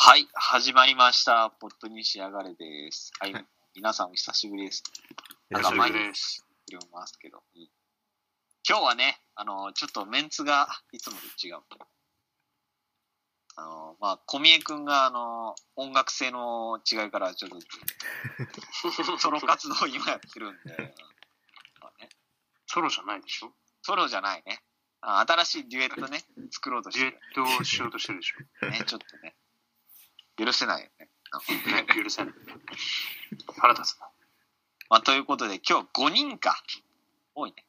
はい、始まりました。ポッドに仕上がれです。はいはい、皆さんお久しぶりです。よなんろしかく毎日言いますけど、うん今日はね、あの、ちょっとメンツがいつもと違う。あの、まあ、小宮君が、あの、音楽性の違いからちょっと、 ソロ活動を今やってるんで、うんまあね、ソロじゃないでしょソロじゃないね。あ新しいデュエットね、作ろうとしデュエてットをしようとしてるで しょる。ね、ちょっとね、許せないよね。なんかね許せない。腹立つな。まあ、ということで、今日5人か。多いね。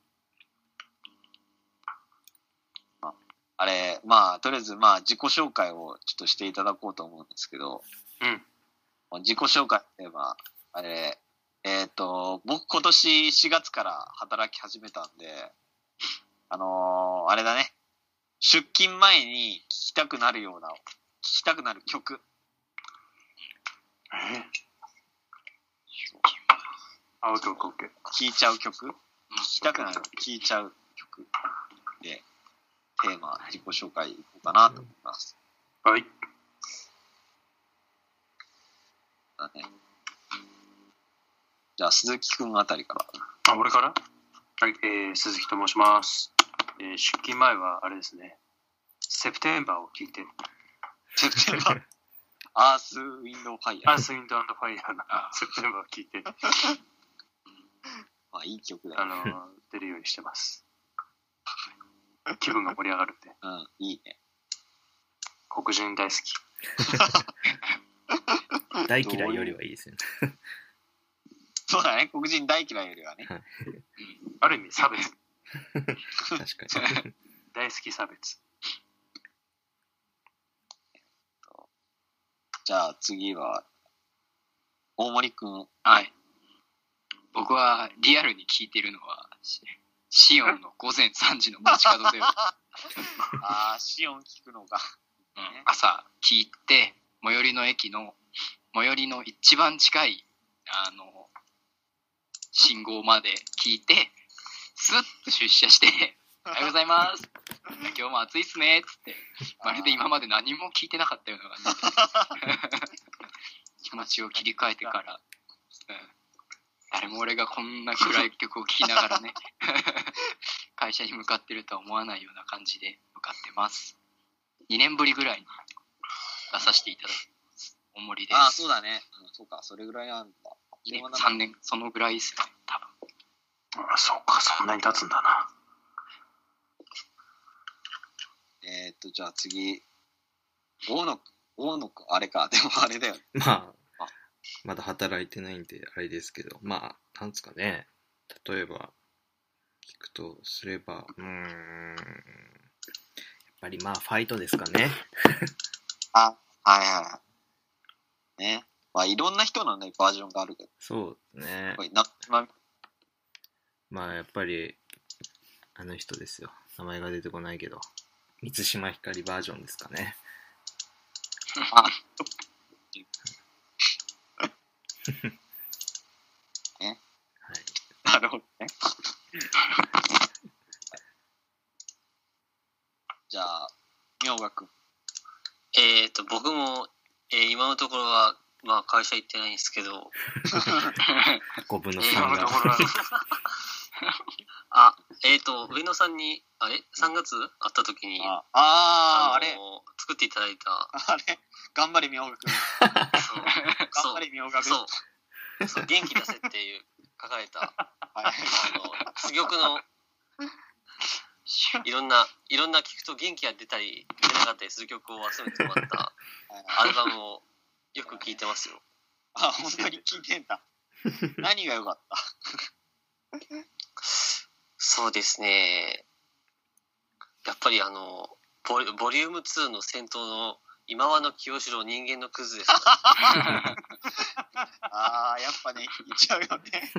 まあ、あれ、まあ、とりあえず、まあ、自己紹介をちょっとしていただこうと思うんですけど、うん。まあ自己紹介といえば、あれ、えっ、と、僕今年4月から働き始めたんで、あのーあれだね、出勤前に聴きたくなるような、聴きたくなる曲。えあ、オッケーオッケーオッケー。聴いちゃう曲聴きたくなる聴いちゃう曲でテーマ自己紹介いこうかなと思います、はい。だね、じゃあ鈴木くんあたり からあ、俺からはい、えー、鈴木と申します。えー、出勤前はあれですね。セプテンバーを聞いて、セプテンバーアースウィンドウファイアヤーースウィンドアンドファイヤーのセプテンバーを聞いて、まあいい曲だあよ、 のー、出るようにしてます。気分が盛り上がるんで、うんいいね黒人大好き。大嫌いよりはいいですよね。そうだね黒人大嫌いよりはねある意味差 別。確かに。大好き差別。じゃあ次は大森くんはい。僕はリアルに聞いてるのは、シシオンの午前3時の街角では、あーシオン聞くのかうん朝聞いて、最寄りの駅の、最寄りの一番近い、あの、信号まで聞いて、スッと出社して、おはようございます。今日も暑いっすね、つって、まるで今まで何も聞いてなかったような感 じで、気持ちを切り替えてから、うん誰も俺がこんな暗い曲を聴きながらね、 会社に向かってるとは思わないような感じで向かってます。2年ぶりぐらいに出させていただいてます。大森です。ああーそうだね、うん、そうかそれぐらいなんだ2年、3年、そのぐらいですね、多分。あ、そうか、そんなに経つんだな。えーっと、じゃあ次。大野くん、大野くん、あれか。で もあれだよね。まああ、まだ働いてないんで、あれですけど、まあ、なんですかね。例えば、聞くとすれば、うーん、やっぱりまあ、ファイトですかね。あ、はいはいはい。ね。まあ、いろんな人のね、バージョンがあるけど、そうですねやっぱ。りな、ままあ、やっぱり、あの人ですよ。名前が出てこないけど、満島ひかりバージョンですかね。 はい。 なるほどね。 じゃあ、みょうがくん。えっ、と、僕も、えー今のところは、まあ、会社行ってないんですけど、 5分の今3のとが。ころは、あ、えっ、と、上野さんに、あれ ?3 月会った時に、ああー、あれ、の作っていただいた、あれ、頑張れみょうが くん。そ頑張う、そうれみょうがくん。そうそう、元気出せっていう書かれた、あはい。の、珠玉 の、いろんな、いろんな聞くと元気が出たり、出なかったりする曲を集めてもらったアルバムをよく聴いてますよ。あ、本当に聞いてん だ。何が良かった そうですね。やっぱりあの、ボリボリューム2の戦闘の今和の清志郎人間のクズですか、ああ、やっぱね、聞いちゃうよね。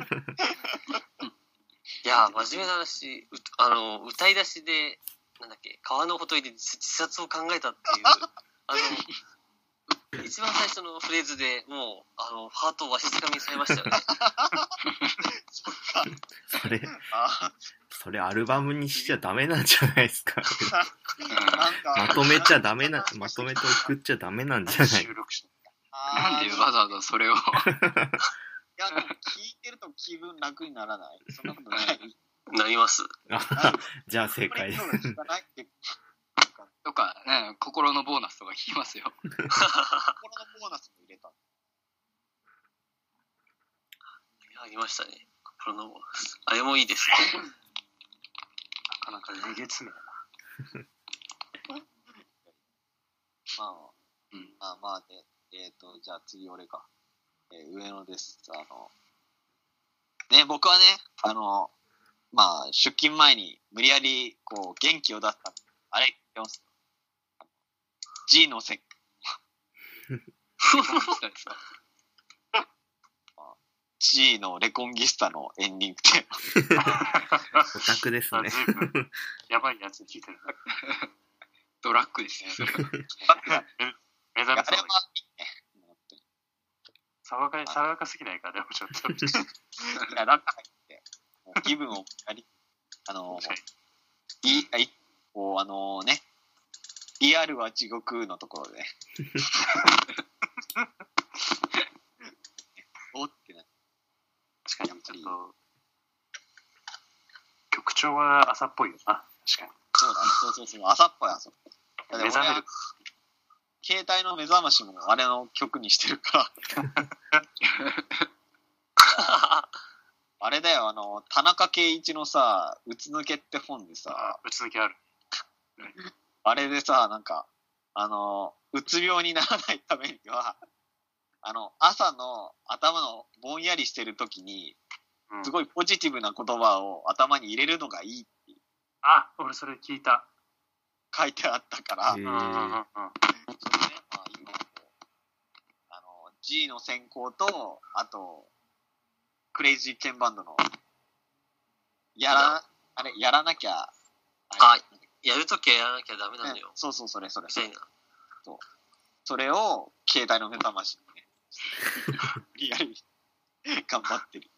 いやー、真面目な話、うあの、歌い出しで、なんだっけ、川のほとりで自自殺を考えたっていう、あの、一番最初のフレーズでもう、あの、ハートをわしづかみにされましたよね。それ、あそれアルバムにしちゃダメなんじゃないですか。ーなんかまとめちゃダメな、まとめて送っちゃダメなんじゃない収録しあなんーでわざわざそれを。 いや、でも聞いてると気分楽にならない。そんな ことない。なります。あじゃあ正解。これ今日の聞かないってとか、ね、心のボーナスとか聞きますよ。心のボーナスも入れた。ありましたね。この、あれもいいですね。なかなかえげつない。まあ、うんまあまあで、えっ、と、じゃあ次俺か。えー上野です。あの、ね、僕はね、あの、まあ、出勤前に無理やり、こう、元気を出すために、あれ、聞いてます。G のせそうなんですか G のレコンギスタのエンディング で、オタクですあね。ずいぶんやばいやつ聞いてるな。ドラッグですね。それは目あれ覚めは た方がいいい。いね。爽やか爽やかすぎないか、でもちょっと。確かいや、だからって、もう気分をやり、あの、いい、あいい、こう、あのね、リアルは地獄のところでね。 おってなっに。確かに、ちょっと。曲調は朝っぽいよな。確かそうだね、そうそうそう、朝っぽい朝っぽい。だって目覚める俺は携帯の目覚ましもあれの曲にしてるから。 あれだよ、あの、田中圭一のさ、うつ抜けって本でに。さあ、、うつ抜けある。あれでさ、なんか、あの、うつ病にならないためには、 あの、朝の頭のぼんやりしてる時に、うんすごいポジティブな言葉を頭に入れるのがいいってあ、俺それ聞いた。書いてあったから、えねうんうんうんうんー。まあ、今こうあの、G の先行と、あと、クレイジーケンバンドの、やら、あれ、やらなきゃ、ああ、やるときはやらなきゃダメなのねよ。そうそう、それ、それみ、たいな。それを、携帯の目覚ましにね、 無理やり、頑張ってる。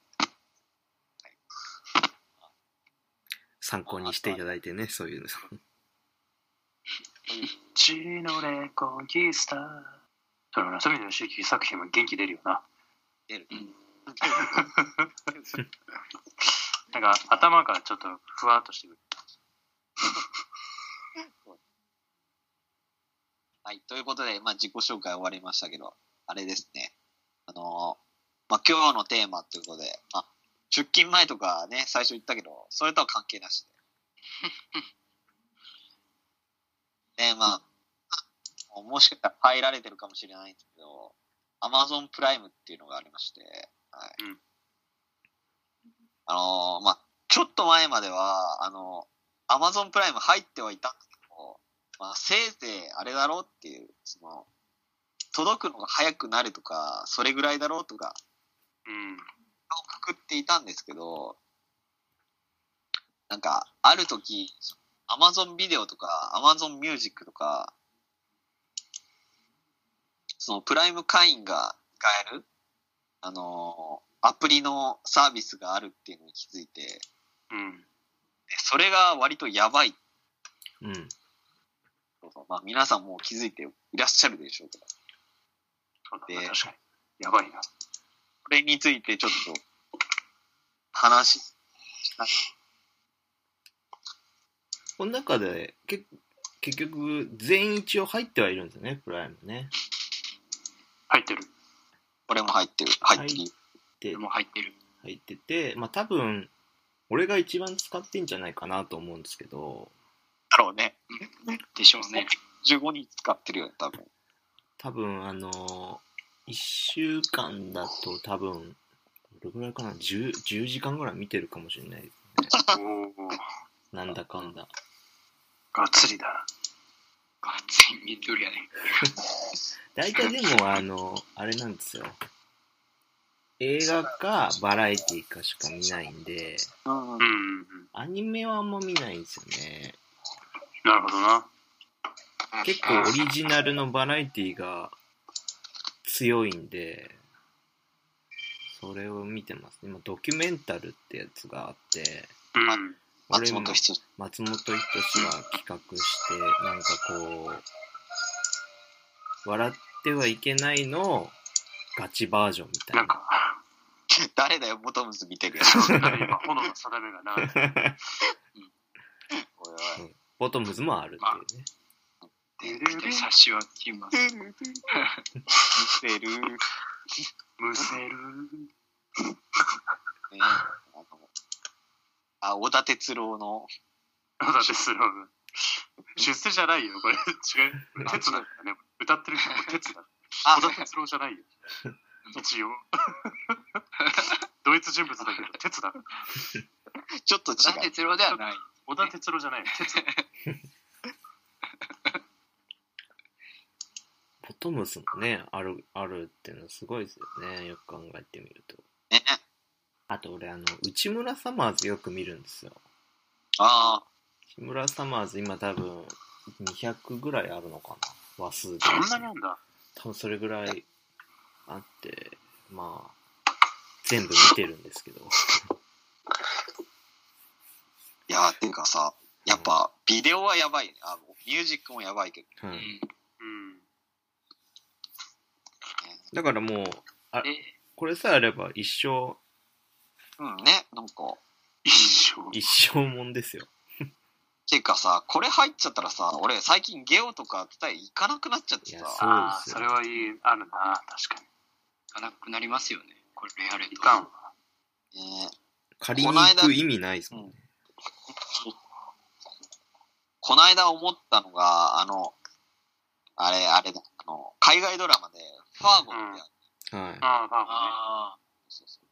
参考にしていただいてね、そういうの。血のレコンキスター。それ、村上の周期作品も元気出るよな。出る。なんか、頭がちょっとふわっとしてくる。はい、ということで、まあ、自己紹介終わりましたけど、あれですね。あのーまあ、今日のテーマということで、まあ、出勤前とかね、最初言ったけど、それとは関係なし で。ね、まあ、もしかしたら入られてるかもしれないんですけど、Amazon プライムっていうのがありまして、はい。うんあのーまあ、ちょっと前までは、あの、Amazon プライム入ってはいたんですけど、まあ、せいぜいあれだろうっていう、その、届くのが早くなるとか、それぐらいだろうとか、うをん。くくっていたんですけど、なんか、ある時、Amazon ビデオとか、Amazon ミュージックとか、そのプライム会員が使える、あのーアプリのサービスがあるっていうのに気づいて、でうん。それが割とやばいうん。と。まあ皆さんもう気づいていらっしゃるでしょうけど、そうだでな、確かに。やばいな。これについてちょっと話しこの中で、け結局、全員一応入ってはいるんですよね、プライムね。入ってる。これも入ってる、入ってる。で、もう入ってる。入ってて、まあ多分、俺が一番使ってんじゃないかなと思うんですけど、だろうね。でしょうね。 15人使ってるよね、多分。多分あの1週間だと多分どれぐらいかな 10, 10時間ぐらい見てるかもしれないおお。なんだかんだがっつりだ。ガッツリ見とるやね。大体でもあのあれなんですよ映画かバラエティかしか見ないんでうんうんうんうん。アニメはあんま見ないんですよねなるほどな。結構オリジナルのバラエティが強いんで、それを見てます。今、ドキュメンタルってやつがあって、うん。俺松も本人志。松本人志が企画して、なんかこう、笑ってはいけないのガチバージョンみたいな。なん か、誰だよ、ボトムズ見てるやつ。そうだね今、炎の定めがな。おいボトムズもあるっていうね。で差しはきます。おい。見てる。ねむせる。あのあ、小田哲郎の、だってスロー。出世じゃないよ、これ。違う。鉄だからね。歌ってる人も鉄だ。あ、小田哲郎じゃないよ。一応。ドイツ人物だけど、鉄だ。 ちょっと違小田う。哲郎ではない。小田哲郎じゃないよ。鉄ボトムズもね、ある、あるっていうのはすごいですよね。よく考えてみると。ね。あと俺、あの、内村サマーズよく見るんですよ。あ木村サマーズ今多分200ぐらいあるのかな話数でそんなにあんだ。多分それぐらいあってまあ全部見てるんですけどーいや、ていうかさ、やっぱ、ビデオはやばいね。あ、ミュージックもやばいけどううんんうん。ね。だからもうあえこれさえあれば一生 うんね、なんか。一生。一生もんですよていうかさ、これ入っちゃったらさ、俺最近ゲオとか伝え行かなくなっちゃっていさや。そうああ、ですそれよはいい、あるな、確かに。行かなくなりますよね。これやると。いかんわ。ね借りに行く意味ないですもんねこないだ思ったのが、あの、あれ、あれだ、あの、海外ドラマで、ファーゴってやつ、はいああ、ファーあそうそう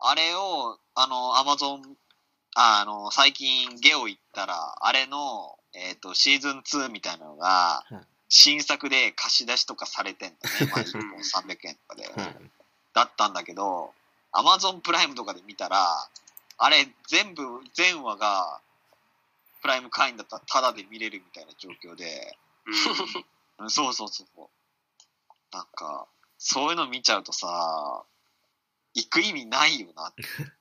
あれを、あの、アマゾン、あの、最近ゲオ行ったら、あれの、えっ、と、シーズン2みたいなのがはい、新作で貸し出しとかされてんだね。まあ、1本300円とかで。はいだったんだけど、アマゾンプライムとかで見たら、あれ全部、全話が、プライム会員だったらタダで見れるみたいな状況で、ゴね。うんそうそうそうそう。なんか、そういうの見ちゃうとさ、行く意味ないよなっ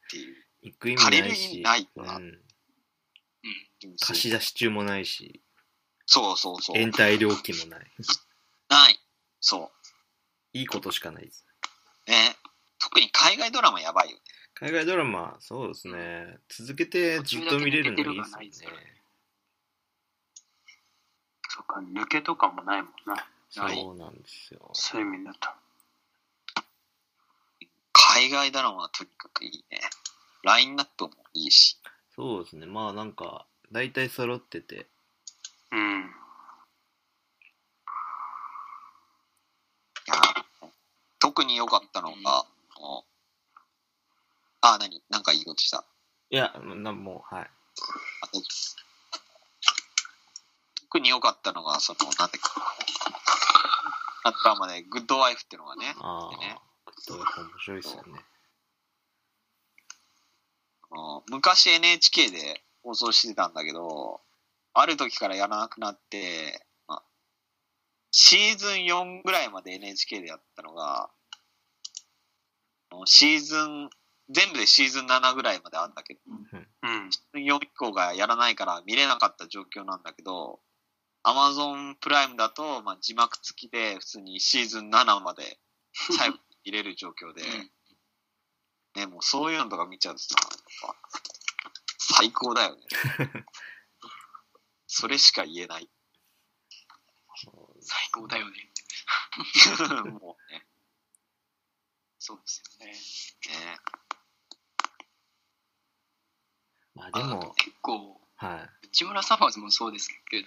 ていう。行く意味ない借りる意味しないよう、なん 貸し出し中もないしそうそうそう。延滞料金もないない。そいいことしかないですう。ね。特に海外ドラマやばいよね。海外ドラマ、そうですね。続けてずっと見れるのいいですよね。そっか、抜けとかもないもんな。途中だけそうなんですよ。そういう意味だった。海外ドラマはとにかくいいね。ラインナップもいいし。そうですね。まあなんか、大体揃ってて、うん。特に良かったのが、うんあのあ、何なんかいいことした。いや、なんもう、はい。あ大丈夫特に良かったのが、その、なんていうか、あドラマで、グッドワイフっていうのがね、ああ、ねグッドワーク面白いですよね。あの昔 NHK で放送してたんだけど、ある時からやらなくなって、まあ、シーズン4ぐらいまで NHK でやったのが、あのシーズン、全部でシーズン7ぐらいまであったけど、うん。 4以降がやらないから見れなかった状況なんだけど、Amazon プライムだと、まあ、字幕付きで普通にシーズン7まで最後に入れる状況で、ね、もうそういうのとか見ちゃうとさ、やっぱ最高だよね。それしか言え ない。そう最高だよね。もうね。そうですよね。ねまあであとも、結構、は内村サファーズもそうですけど、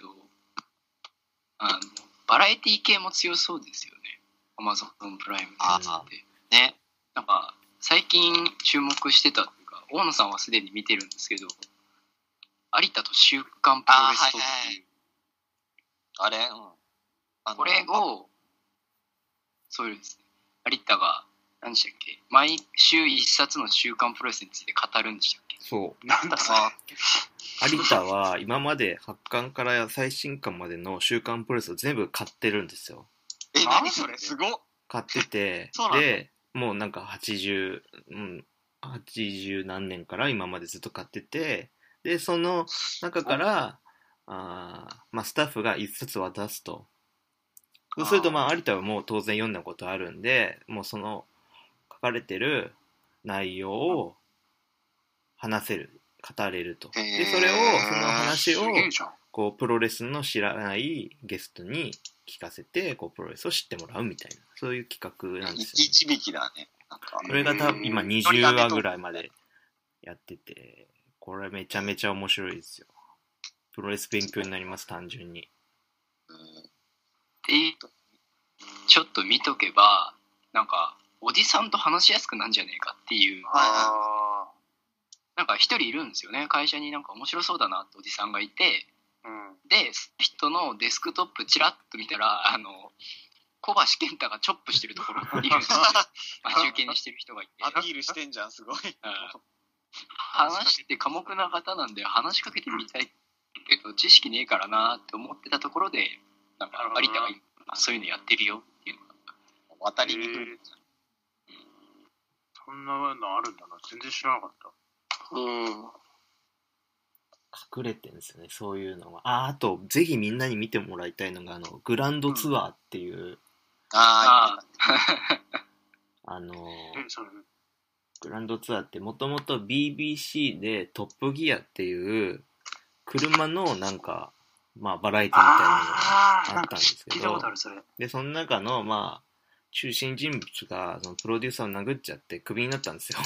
あの、バラエティ系も強そうですよね。アマゾンプライムあのやつって。ね。なんか、最近注目してたというか、大野さんはすでに見てるんですけど、有田と週刊プロレスとっていう、あはいはいあれうん。あのこれ、を、そうですね。有田が、何でしたっけ毎週一冊の週刊プロレスについて語るんでしたっけい。そなんだそれ。う。有田は今まで発刊から最新刊までの週刊プロレスを全部買ってるんですよ。え、何それすごっ買っててそう、なんだで、もうなんか80、うん、80何年から今までずっと買ってて、で、その中から、あーまあ、スタッフが一冊渡すと。そうすると、まあ、有田はもう当然読んだことあるんで、もうその書かれてる内容を話せる、語れると。で、それを、その話を、すげえじゃん。こうプロレスの知らないゲストに聞かせてこうプロレスを知ってもらうみたいなそういう企画なんですよ、ね、一響きだね。なんか、これが多分今ん取り20立て話とぐらいまでやっててこれめちゃめちゃ面白いですよプロレス勉強になります単純にうんでちょっと見とけばなんかおじさんと話しやすくなんじゃねえかっていうあなんか一人いるんですよね会社になんか面白そうだなっておじさんがいてあ。うん。でその人のデスクトップちらっと見たらあの小橋健太がチョップしてるところにいるんですよ待ち受けにしてる人がいてアピールしてんじゃん、すごい。話して寡黙な方なんで話しかけてみたいけど知識ねえからなって思ってたところでなんか有田が今そういうのやってるよっていうのが渡りに来るじゃん。そんなのあるんだな。全然知らなかった。うん。隠れてるんですよねそういうのがああとぜひみんなに見てもらいたいのがあのグランドツアーっていう、ああ、あのーえ、それ、グランドツアーってもともと BBC でトップギアっていう車のなんか、まあバラエティみたいなのがあああ、なっんたかんで知すっけ聞いたどことある、それ。で、その中のまあ中心人物がそのプロデューサーを殴っちゃってクビになったん ですよ。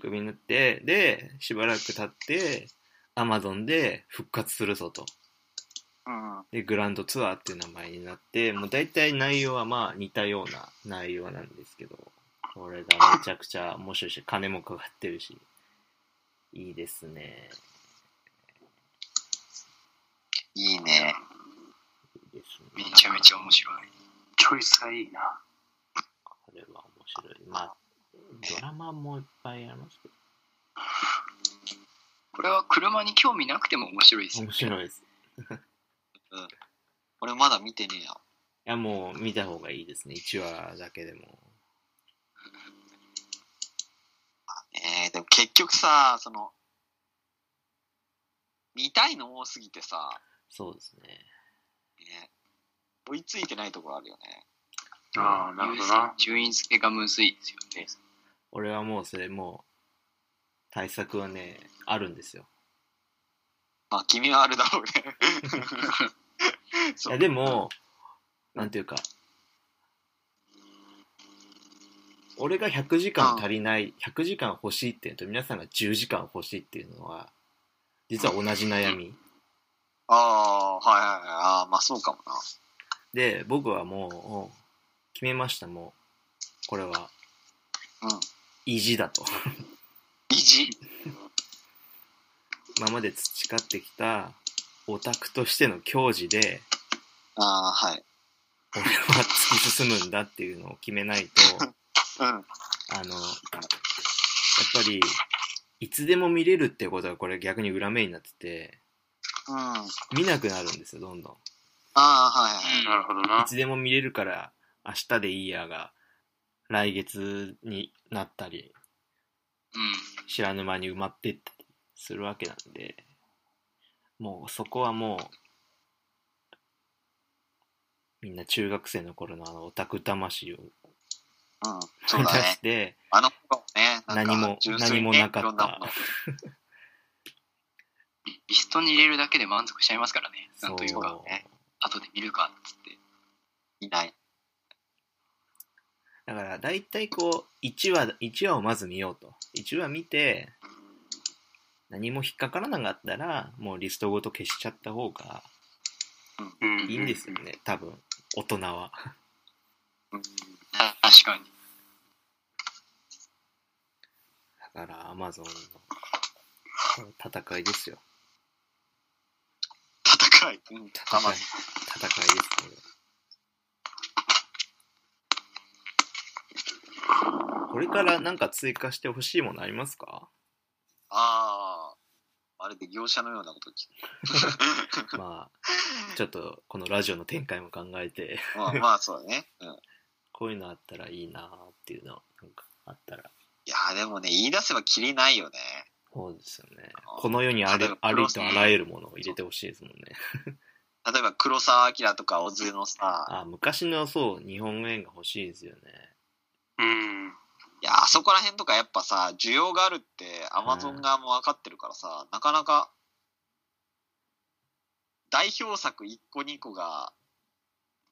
クビになって、で、しばらく経って、アマゾンで復活するぞと。うん。で、グランドツアーっていう名前になって、もう大体内容はまあ似たような内容なんですけど、これがめちゃくちゃ面白いし、金もかかってるし、いいですね。いいね。いいですめね。ちゃめちゃ面白いチョイスがいいな。これは面白い。まあ、ドラマもいっぱいありますけこれは車に興味なくても面白いですど、よ面白いです。俺まだ見てねえや。いや、もう見た方がいいですね。1話だけでも。えー、でも結局さ、その、見たいの多すぎてさ、そうですね。ね、追いついてないところあるよね。ああ、なるほどな。順位付けがむずいですよね俺はもうそれもう、対策はね、あるんですよ。まあ、君はあるだろうね。 そいうやでも、なんていうか、俺が100時間足りない、100時間欲しいっていうのと、皆さんが10時間欲しいっていうのは、実は同じ悩み。ああ、はいはいはい。ああ、まあそうかもな。で、僕はもう、決めました、もう。これは、うん。意地だと。意地。今まで培ってきた、オタクとしての矜持で、ああ、はい。俺は突き進むんだっていうのを決めないと、 うん。あの、やっぱり、いつでも見れるってことはこれ逆に裏目になってて、うん。あ見なくなるんですよ、どんどん。。あ、はいはい。なるほどないつでも見れるから、明日でいいやが、来月になったり、う知らぬ間に埋まっていったりするわけなんで、もうそこはもう、みんな中学生の頃のあのオタク魂をうん。出そうだね し。て、あの頃ね、なんか何も純粋に何もなかいったろんものんリストに入れるだけで満足しちゃいますからねなんというかそうね後で見るかっつっていない。だから大体こう1話一話をまず見ようと1話見て何も引っかからなかったらもうリストごと消しちゃった方がうんいいんですよ。ね多分大人はうん。確かにだからアマゾンの戦いですよ戦い。うん。戦いま戦いですこれこれからなんか追加してほしいものありますかああ。あれで業者のようなこと聞く。まあ、ちょっとこのラジオの展開も考えて、 まあまあ、そうだね。うん。こういうのあったらいいなーっていうの、なんかあったら。いやーでもね、言い出せばキリないよね。そうですよね。この世にあ例えるばあプロりとあらゆるものを入れてほしいですもんね。例えば黒沢明とか小津のさ、あ、昔のそう、日本円が欲しいですよね。うん。いや、あそこら辺とかやっぱさ、需要があるってアマゾン側も分かってるからさ、なかなか、代表作1個2個が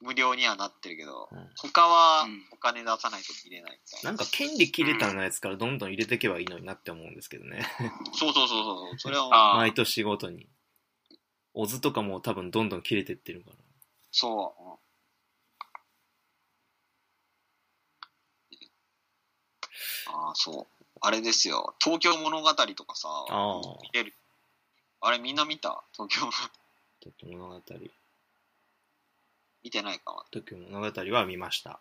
無料にはなってるけど、うん他はうんお金出さないと見れないみたいな。なんか権利切れたのやつからどんどん入れていけばいいのになって思うんですけどね。そうそうそうそう。それはあー毎年ごとに。オズとかも多分どんどん切れてってるから。そう。うんああ、そう。あれですよ。東京物語とかさ、ああ、見れる。あれみんな見た東京物語東京物語。東見てないか京物語は見ました。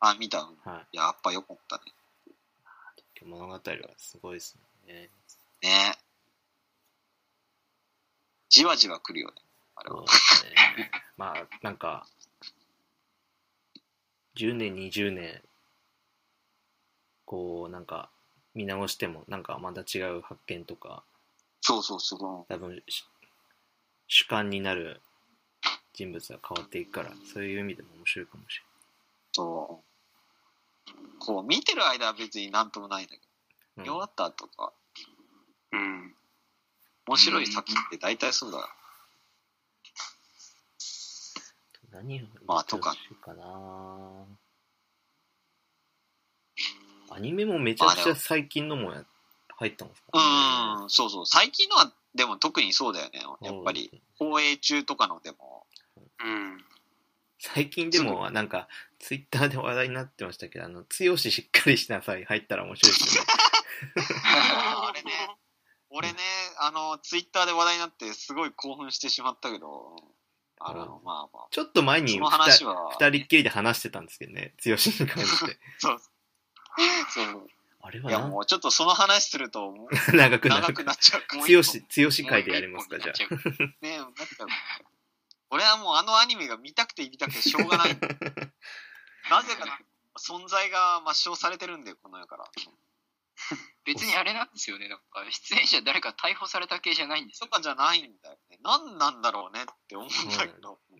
あ、見た。うんはいやっぱよかったね。い。東京物語はすごいですね。ねじわじわ来るよね。あれそはう。ですね。まあ、なんか、10年、20年、こう、なんか、見直しても、なんかまた違う発見とか、そうそう、すごい。多分し主観になる人物が変わっていくからそういう意味でも面白いかもしそう。こう、見てる間は別になんともないんだけれど、ない、見終わった後とか、うん。面白い作品って大体そうだよ。うん何をまあとか言ってほしいかなアニメもめちゃくちゃ最近のもや入ったんですうか、ーん、そうそう。最近のは、でも特にそうだよね。やっぱり、放映中とかので も、うん。最近でもなんかツイッターで話題になってましたけどあの「強ししっかりしなさい」入ったら面白いですよねあれね、俺ね、あの、ツイッターで話題になって、すごい興奮してしまったけど、あの、うんまあまあ、ちょっと前にその2話人は、二人っきりで話してたんですけどね強しに関してそうそう。あれいはや、なもうちょっとその話すると、もう長くな長るくなっちゃう。もう一強個し強し会でやりますかじゃあもう一本になっちうね、なんか、俺はもうあのアニメが見たくて見たくてしょう がない。なぜか、存在が抹消されてるんだよ、この世から。別にあれなんですよね。なんか出演者誰か逮捕された系じゃないんですとよ。かじゃないんだよね。何なんだろうねって思うんだけど。ね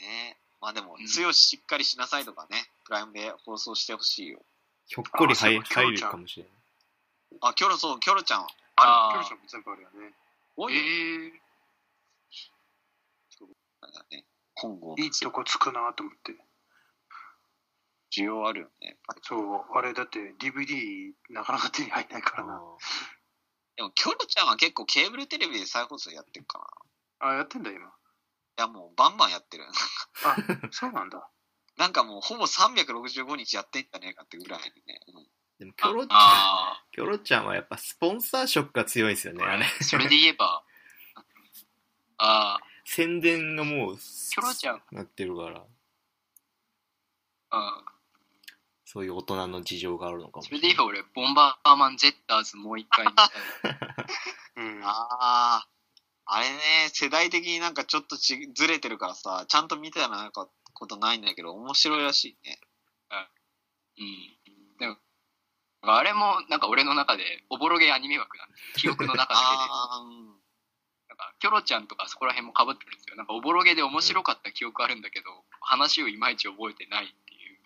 え。まあでもうん、強ししっかりしなさいとかね、プライムで放送してほしいよ。ひょっこりあそう入入るキョロちゃんかもしれない。あ、キョロそう、キョロちゃん。あーキョロちゃんも全部あるよね。多えいよー、ね。今後、いいとこつくなと思って。需要あるよね。やっぱりそう、あれだって DVD なかなか手に入らないからな。でも、キョロちゃんは結構ケーブルテレビで再放送やってるかあ、やってんだ今。な。いや、もうバンバンやってる。 あ、そうなんだ。なんかもう、ほぼ365日やってんじゃねえかってぐらいでね。うんでもキョロちゃん、あキョロちゃんはやっぱスポンサー色が強いですよね。あれ、あ、それで言えば、あ宣伝がもう、キョロちゃんなってるから、あ、そういう大人の事情があるのかもしそれれなでい。言えば俺、ボンバーマン・ジェッターズもう一回見たい。うん。ああ。あれね、世代的になんかちょっとちずれてるからさ、ちゃんと見てたなんかことないんだけど、面白いらしいね。うん。でも、あれもなんか俺の中でおぼろげアニメ枠なんです記憶の中だけで。 ああ、うん。なんか、キョロちゃんとかそこら辺も被ってるんですよ。なんか、おぼろげで面白かった記憶あるんだけど、話をいまいち覚えてないっていう。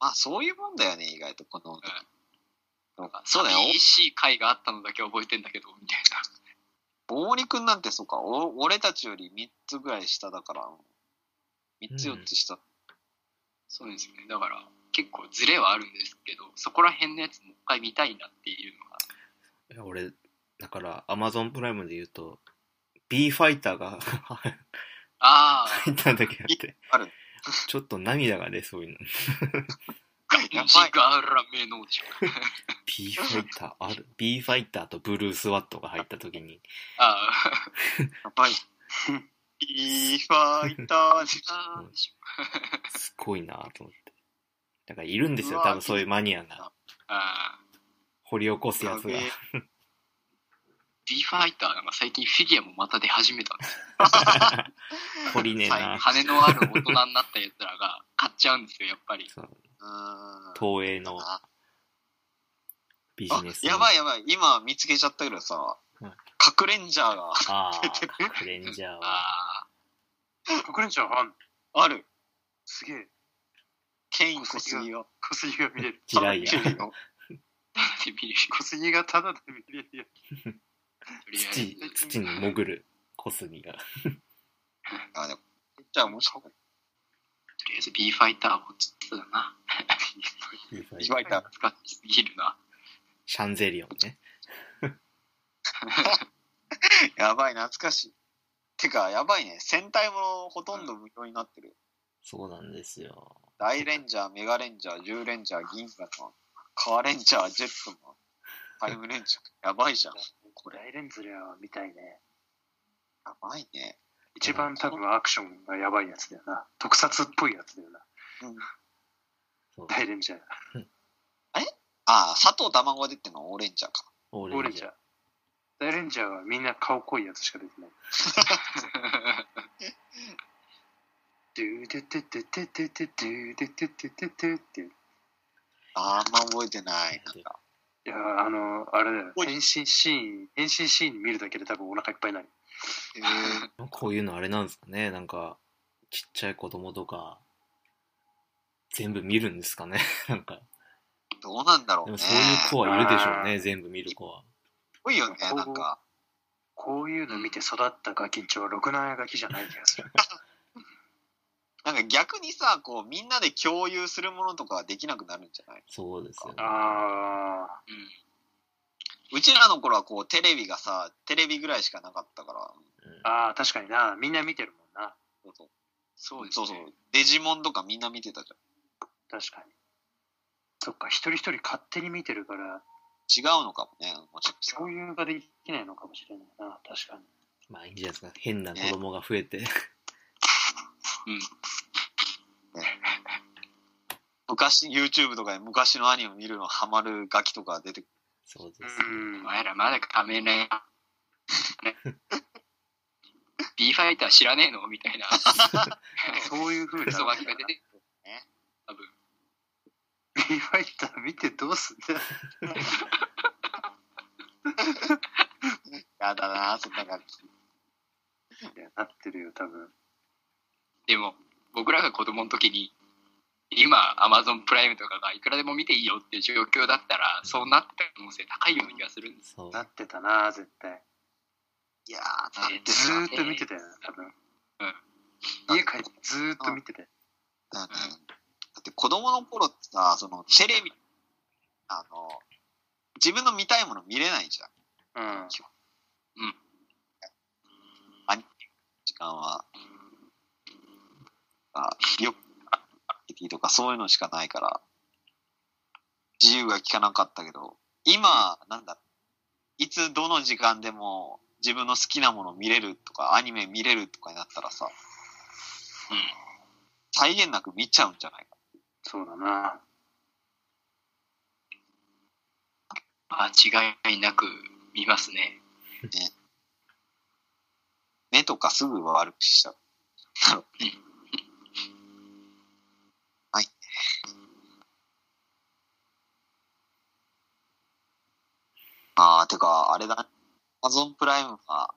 まあ、そういうもんだよね、意外と、この。なんかそうだよ。寂しい回があったのだけ覚えてんだけど、みたいな。大森くんなんてそうか、お俺たちより3つぐらい下だから、3つうん4つ下。そうですね。だから、結構ズレはあるんですけど、そこら辺のやつもう一回見たいなっていうのが。いや俺、だから、アマゾンプライムで言うと、B ファイターが 入ああ、 っただけあってある、ちょっと涙が出そうになる。ガンジガラメのでしょ。 B ファイター、ある ?B ファイターとブルース・ワットが入った時に、あやっぱり。 いいファイターじあ、ゃん。なんでしょすごいなと思って。だからいるんですうよ、わ多分そういうマニアが。ああ、掘り起こすやつが。ビーファイターなんか最近フィギュアもまた出始めたんですよ懲りねえは。ない羽のある大人になった奴らが買っちゃうんですよ、やっぱり。そううん。東映のあビジネスやばいいやばい。今見つけちゃったけどさうん、カクレンジャーがああクレンジャーは あ隠れちゃうファン。ある。すげえ。ケイン小杉を。小杉が見れる。地雷やただ見てるよあ、なんで見れる小杉がただで見れるやとりあえず土。土に潜る小杉があ、でも、じゃあ面白かっとりあえず B ファイターをつってたな。ビーフた。ァイビタバイター。ー使ってすぎるな。シャンゼリオンねやばい、懐かしい。てか、やばいね。戦隊ものほとんど無料になってる。そうなんですよ大レンジャー、メガレンジャー、ジュウレンジャー、銀河マン、カーレンジャー、ジェットマン、タイムレンジャー。やばいじゃん。ここれ、れ、レンズレアみたいね。やばいね。一番多分アクションがやばいやつだよな。特撮っぽいやつだよな。そう大レンジャー。ああ、佐藤卵が出てるのオレンジャーか。オ大レレンンジジャャーー。大レンジャーはみんな顔濃いやつしか出て ない。ドゥドゥドゥドゥドゥドゥドゥドゥドゥドゥドゥって。いあんま覚えてない。なんか。やー、あのー、あれだよ。おい変身シーン、変身シーン見るだけで多分お腹いっぱいになる。えー、こういうのあれなんですかねなんかちっちゃい子供とか全部見るんですかね なんかどうなんだろうね。でもすそういう子はいるでしょうあね全部見る子はごいよね、なんか。こういうの見て育ったガキんちはろくなガキじゃない気がする。なんか逆にさ、こう、みんなで共有するものとかはできなくなるんじゃないそうですよね あうんうちらの頃はこう、テレビがさ、テレビぐらいしかなかったから。うんー、あー、確かにな。みんな見てるもんな。そうそう。そうですそうね。そう。デジモンとかみんな見てたじ確かに。そっか、一人一人勝手に見てるかゃら、ん。違うのかもね、もしかしたら共有ができないのかもしれないな。確かに。まあいいんじゃないですか変な子供が増えて 昔、YouTube とかで昔のアニメ見るのハマるガキとか出てくる。そうですうねん。お前らまだ仮面ライダー。B ファイター知らねえのみたいな。そういう風にクなソるガキが出てくるね。多分。リファイター見てどうすんだよ。やだな、そんなガキ。いやなってるよ、多分。でも、僕らが子供の時に、今、アマゾンプライムとかがいくらでも見ていいよっていう状況だったら、そうなってた可能性高いような気がするんです。そうなってたな、絶対。いやー、だってずさー、っと見てたよ、多分。うん家帰ってずーっと見てたよ。だねだって子供の頃ってさ、そのテレビ、あの、自分の見たいもの見れないじゃん、うん。時間は。あよく、アクティビティとかそういうのしかないから、自由が利かなかったけど、今、なんだ、いつどの時間でも自分の好きなもの見れるとか、アニメ見れるとかになったらさ、際限なく見ちゃうんじゃないか。そうだな。間違いなく見ますね。目とかすぐ悪くしちゃう。 なるほどね。はい。ああ、てか、あれだね。アマゾンプライムは、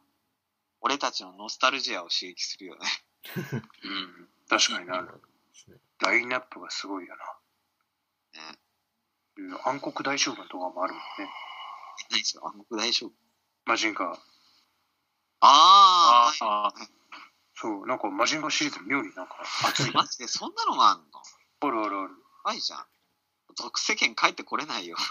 俺たちのノスタルジアを刺激するよね。 うん。確かにな。そうですねラインナップがすごいよな。うん。暗黒大将軍とかもあるもんね。何それ暗黒大将軍。マジンガー。ああ、ああ。そう、なんかマジンガーシリーズ妙になんか熱い。マジでそんなのがあんのあるあるある。怖いじゃん。属世間帰ってこれないよ。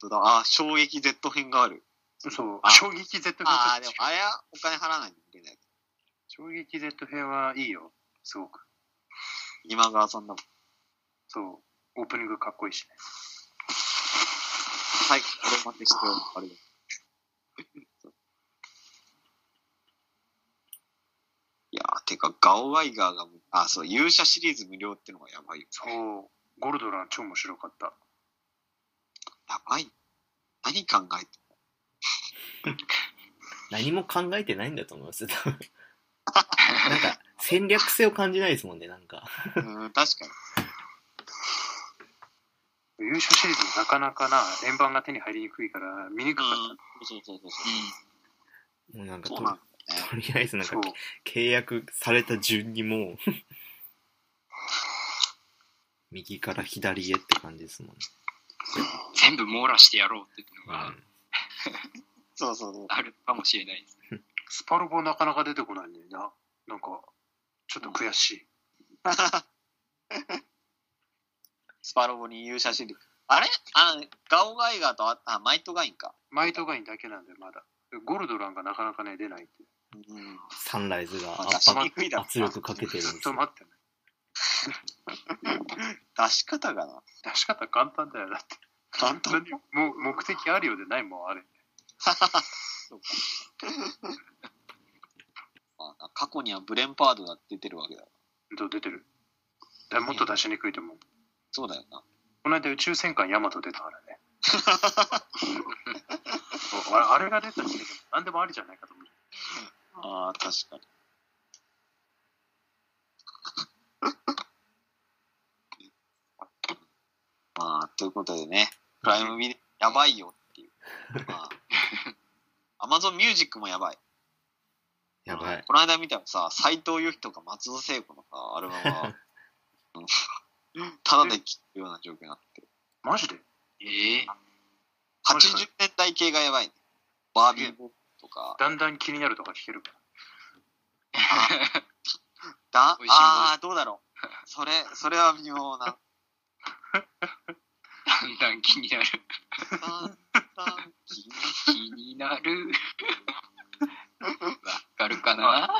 そうだあー、衝撃 Z 編がある。そうあ、衝撃 Z 編ああ、でもあれはお金払わないといけない。衝撃 Z 編はいいよ、すごく。今川さんだもん。そう、オープニングかっこいいしね。はい、これまでしてあれだいやー、てか、ガオワイガーが、あ、そう、勇者シリーズ無料ってのがやばいよ。そう、ゴルドラン超面白かった。やばい。何考えて何も考えてないんだと思います。多分なんか、戦略性を感じないですもんね、なんか。うん、確かに。優勝シリーズもなかなかな、円盤が手に入りにくいから、見にくかっそうそうそううそんもうなんかう。と、そうなんだよね。とりあえずなた。んそかう。契約された順にもう 右から左へって感じですもんね。全部網羅してやろうっていうのがうんそうそうそう。あるかもしれないです。スパロボなかなか出てこないんだよな。なんか、ちょっと悔しい。スパロボに勇者シリーズ。あれあの、ガオガイガーとあ、あ、マイトガインか。マイトガインだけなんだよ、まだ。ゴルドランがなかなかね、出ないって。うん。サンライズがまあ、出圧し迫にくいだろ圧力かけてるんですずよっと待ってね。出し方がな。出し方簡単だよ、だって。簡本当単にもう目的あるようでないもん、あれ。まあ過去にはブレンパードだって出てるわけだから。どう出てるだもっと出しにくいと思う。そうだよな。この間宇宙戦艦ヤマト出たから ね。そうあれあれが出た時点で何でもありじゃないかと思う。ああ、確かに。 まあ、ということでね、プライムビデオ、やばいよっていう。まあ、ア マゾンミュージックもやばい。やばい。この間見たらさ、斎藤由貴とか松戸聖子のさ、アルバム が、うんただで聴くような状況になってる。マジでええ80年代系がやばい、ね。バービーボーイとか、だんだん気になるとか聞けるかだ美味しいものああ、どうだろう。それ、それは微妙な。 だんだん気になる。ああ気になる。わかるかなら。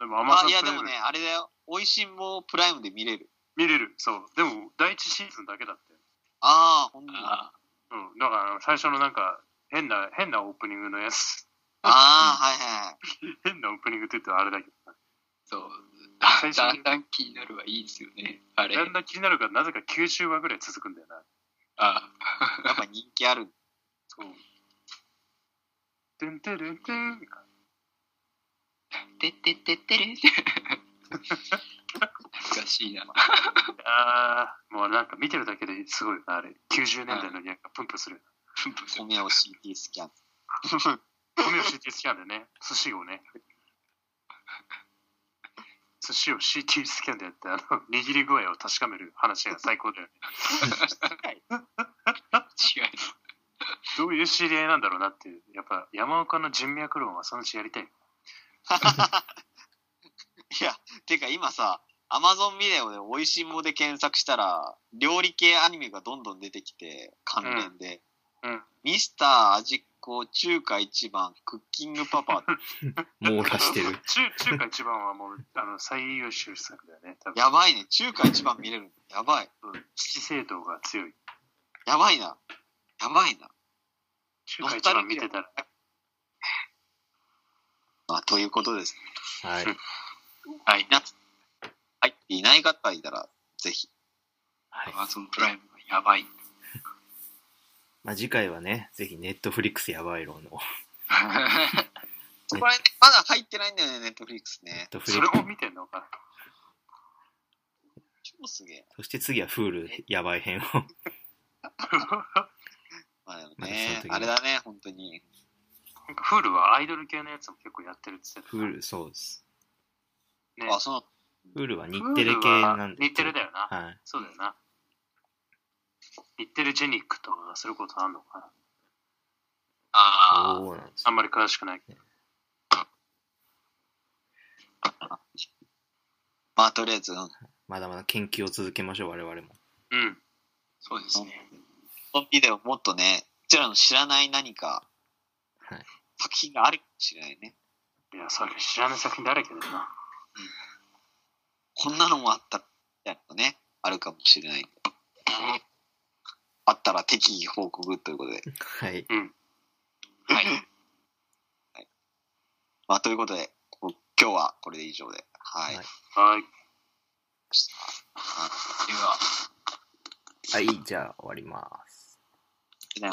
でもアマあゾンいやプでライもムね、あれだよ。美味しんぼプライムで見れる。見れる。そう。でも第一シーズンだけだって。ああ、ほんとだ。ああうん。だからあの最初のなんか変な、変なオープニングのやつ。 あー、はいはいはい。変なオープニングって言ったらあれだけど。そう。最初だんだん気になるはいいですよね。あれ。だんだん気になるからなぜか90話ぐらい続くんだよな。あやっぱ人気ある。そう。てんてるんてん。てってってってれ。懐かしいな。あー、もうなんか見てるだけですごいよな、あれ。90年代のギャグがプンプンするよな。米を CT スキャン。米を CT スキャンでね、寿司をね。寿司を CT スキャンでやって、あの、握り具合を確かめる話が最高だよね。違う。どういう知り合いなんだろうなっていう。やっぱ、山岡の人脈論はそのうちやりたいよ。いや、てか今さ、アマゾンビデオで美味しんぼで検索したら、料理系アニメがどんどん出てきて、関連で。うんうんミスター味っ子、中華一番、クッキングパパ。網羅してる。中中華一番はもう、あの、最優秀作だよね。多分、やばいね。中華一番見れるの。やばい。七正道が強い。やばいな。やばいな。中華一番見てたら、まあ、ということです。はい。はい。はい。いない方がいたら、ぜひ。はい。アマゾンプライムがやばい。まあ、次回はね、ぜひネットフリックスやばい論の。これ、まだ入ってないんだよね、ネットフリックスネッね。トフリそッれクも見てんのか。超すげえそして次はフールやばい編を。な。まあでもまあね、その時にあれだね、本当に。なんか、フールはアイドル系のやつも結構やってるっつってた。フール、そうです。ねあ、その、フールは日フーテレル系なはんで。日テレだよな。はい。そうだよな。日テレジェニックとかすることあんのかなああ。そうなんですあんまり詳しくないけど。まあとりあえず、うんまだまだ研究を続けましょう、我々も。うん。そうですね。このビデオもっとね、うちらの知らない何か、はい作品があるかもしれないね。いや、それ知らない作品だらけだよな。こんなのもあったみたいなのね、あるかもしれない。あったら適宜報告ということで。はい。はい。まあということで、こ今日はこれで以上で。はい。はいはい。はいでは。はい、じゃあ終わります。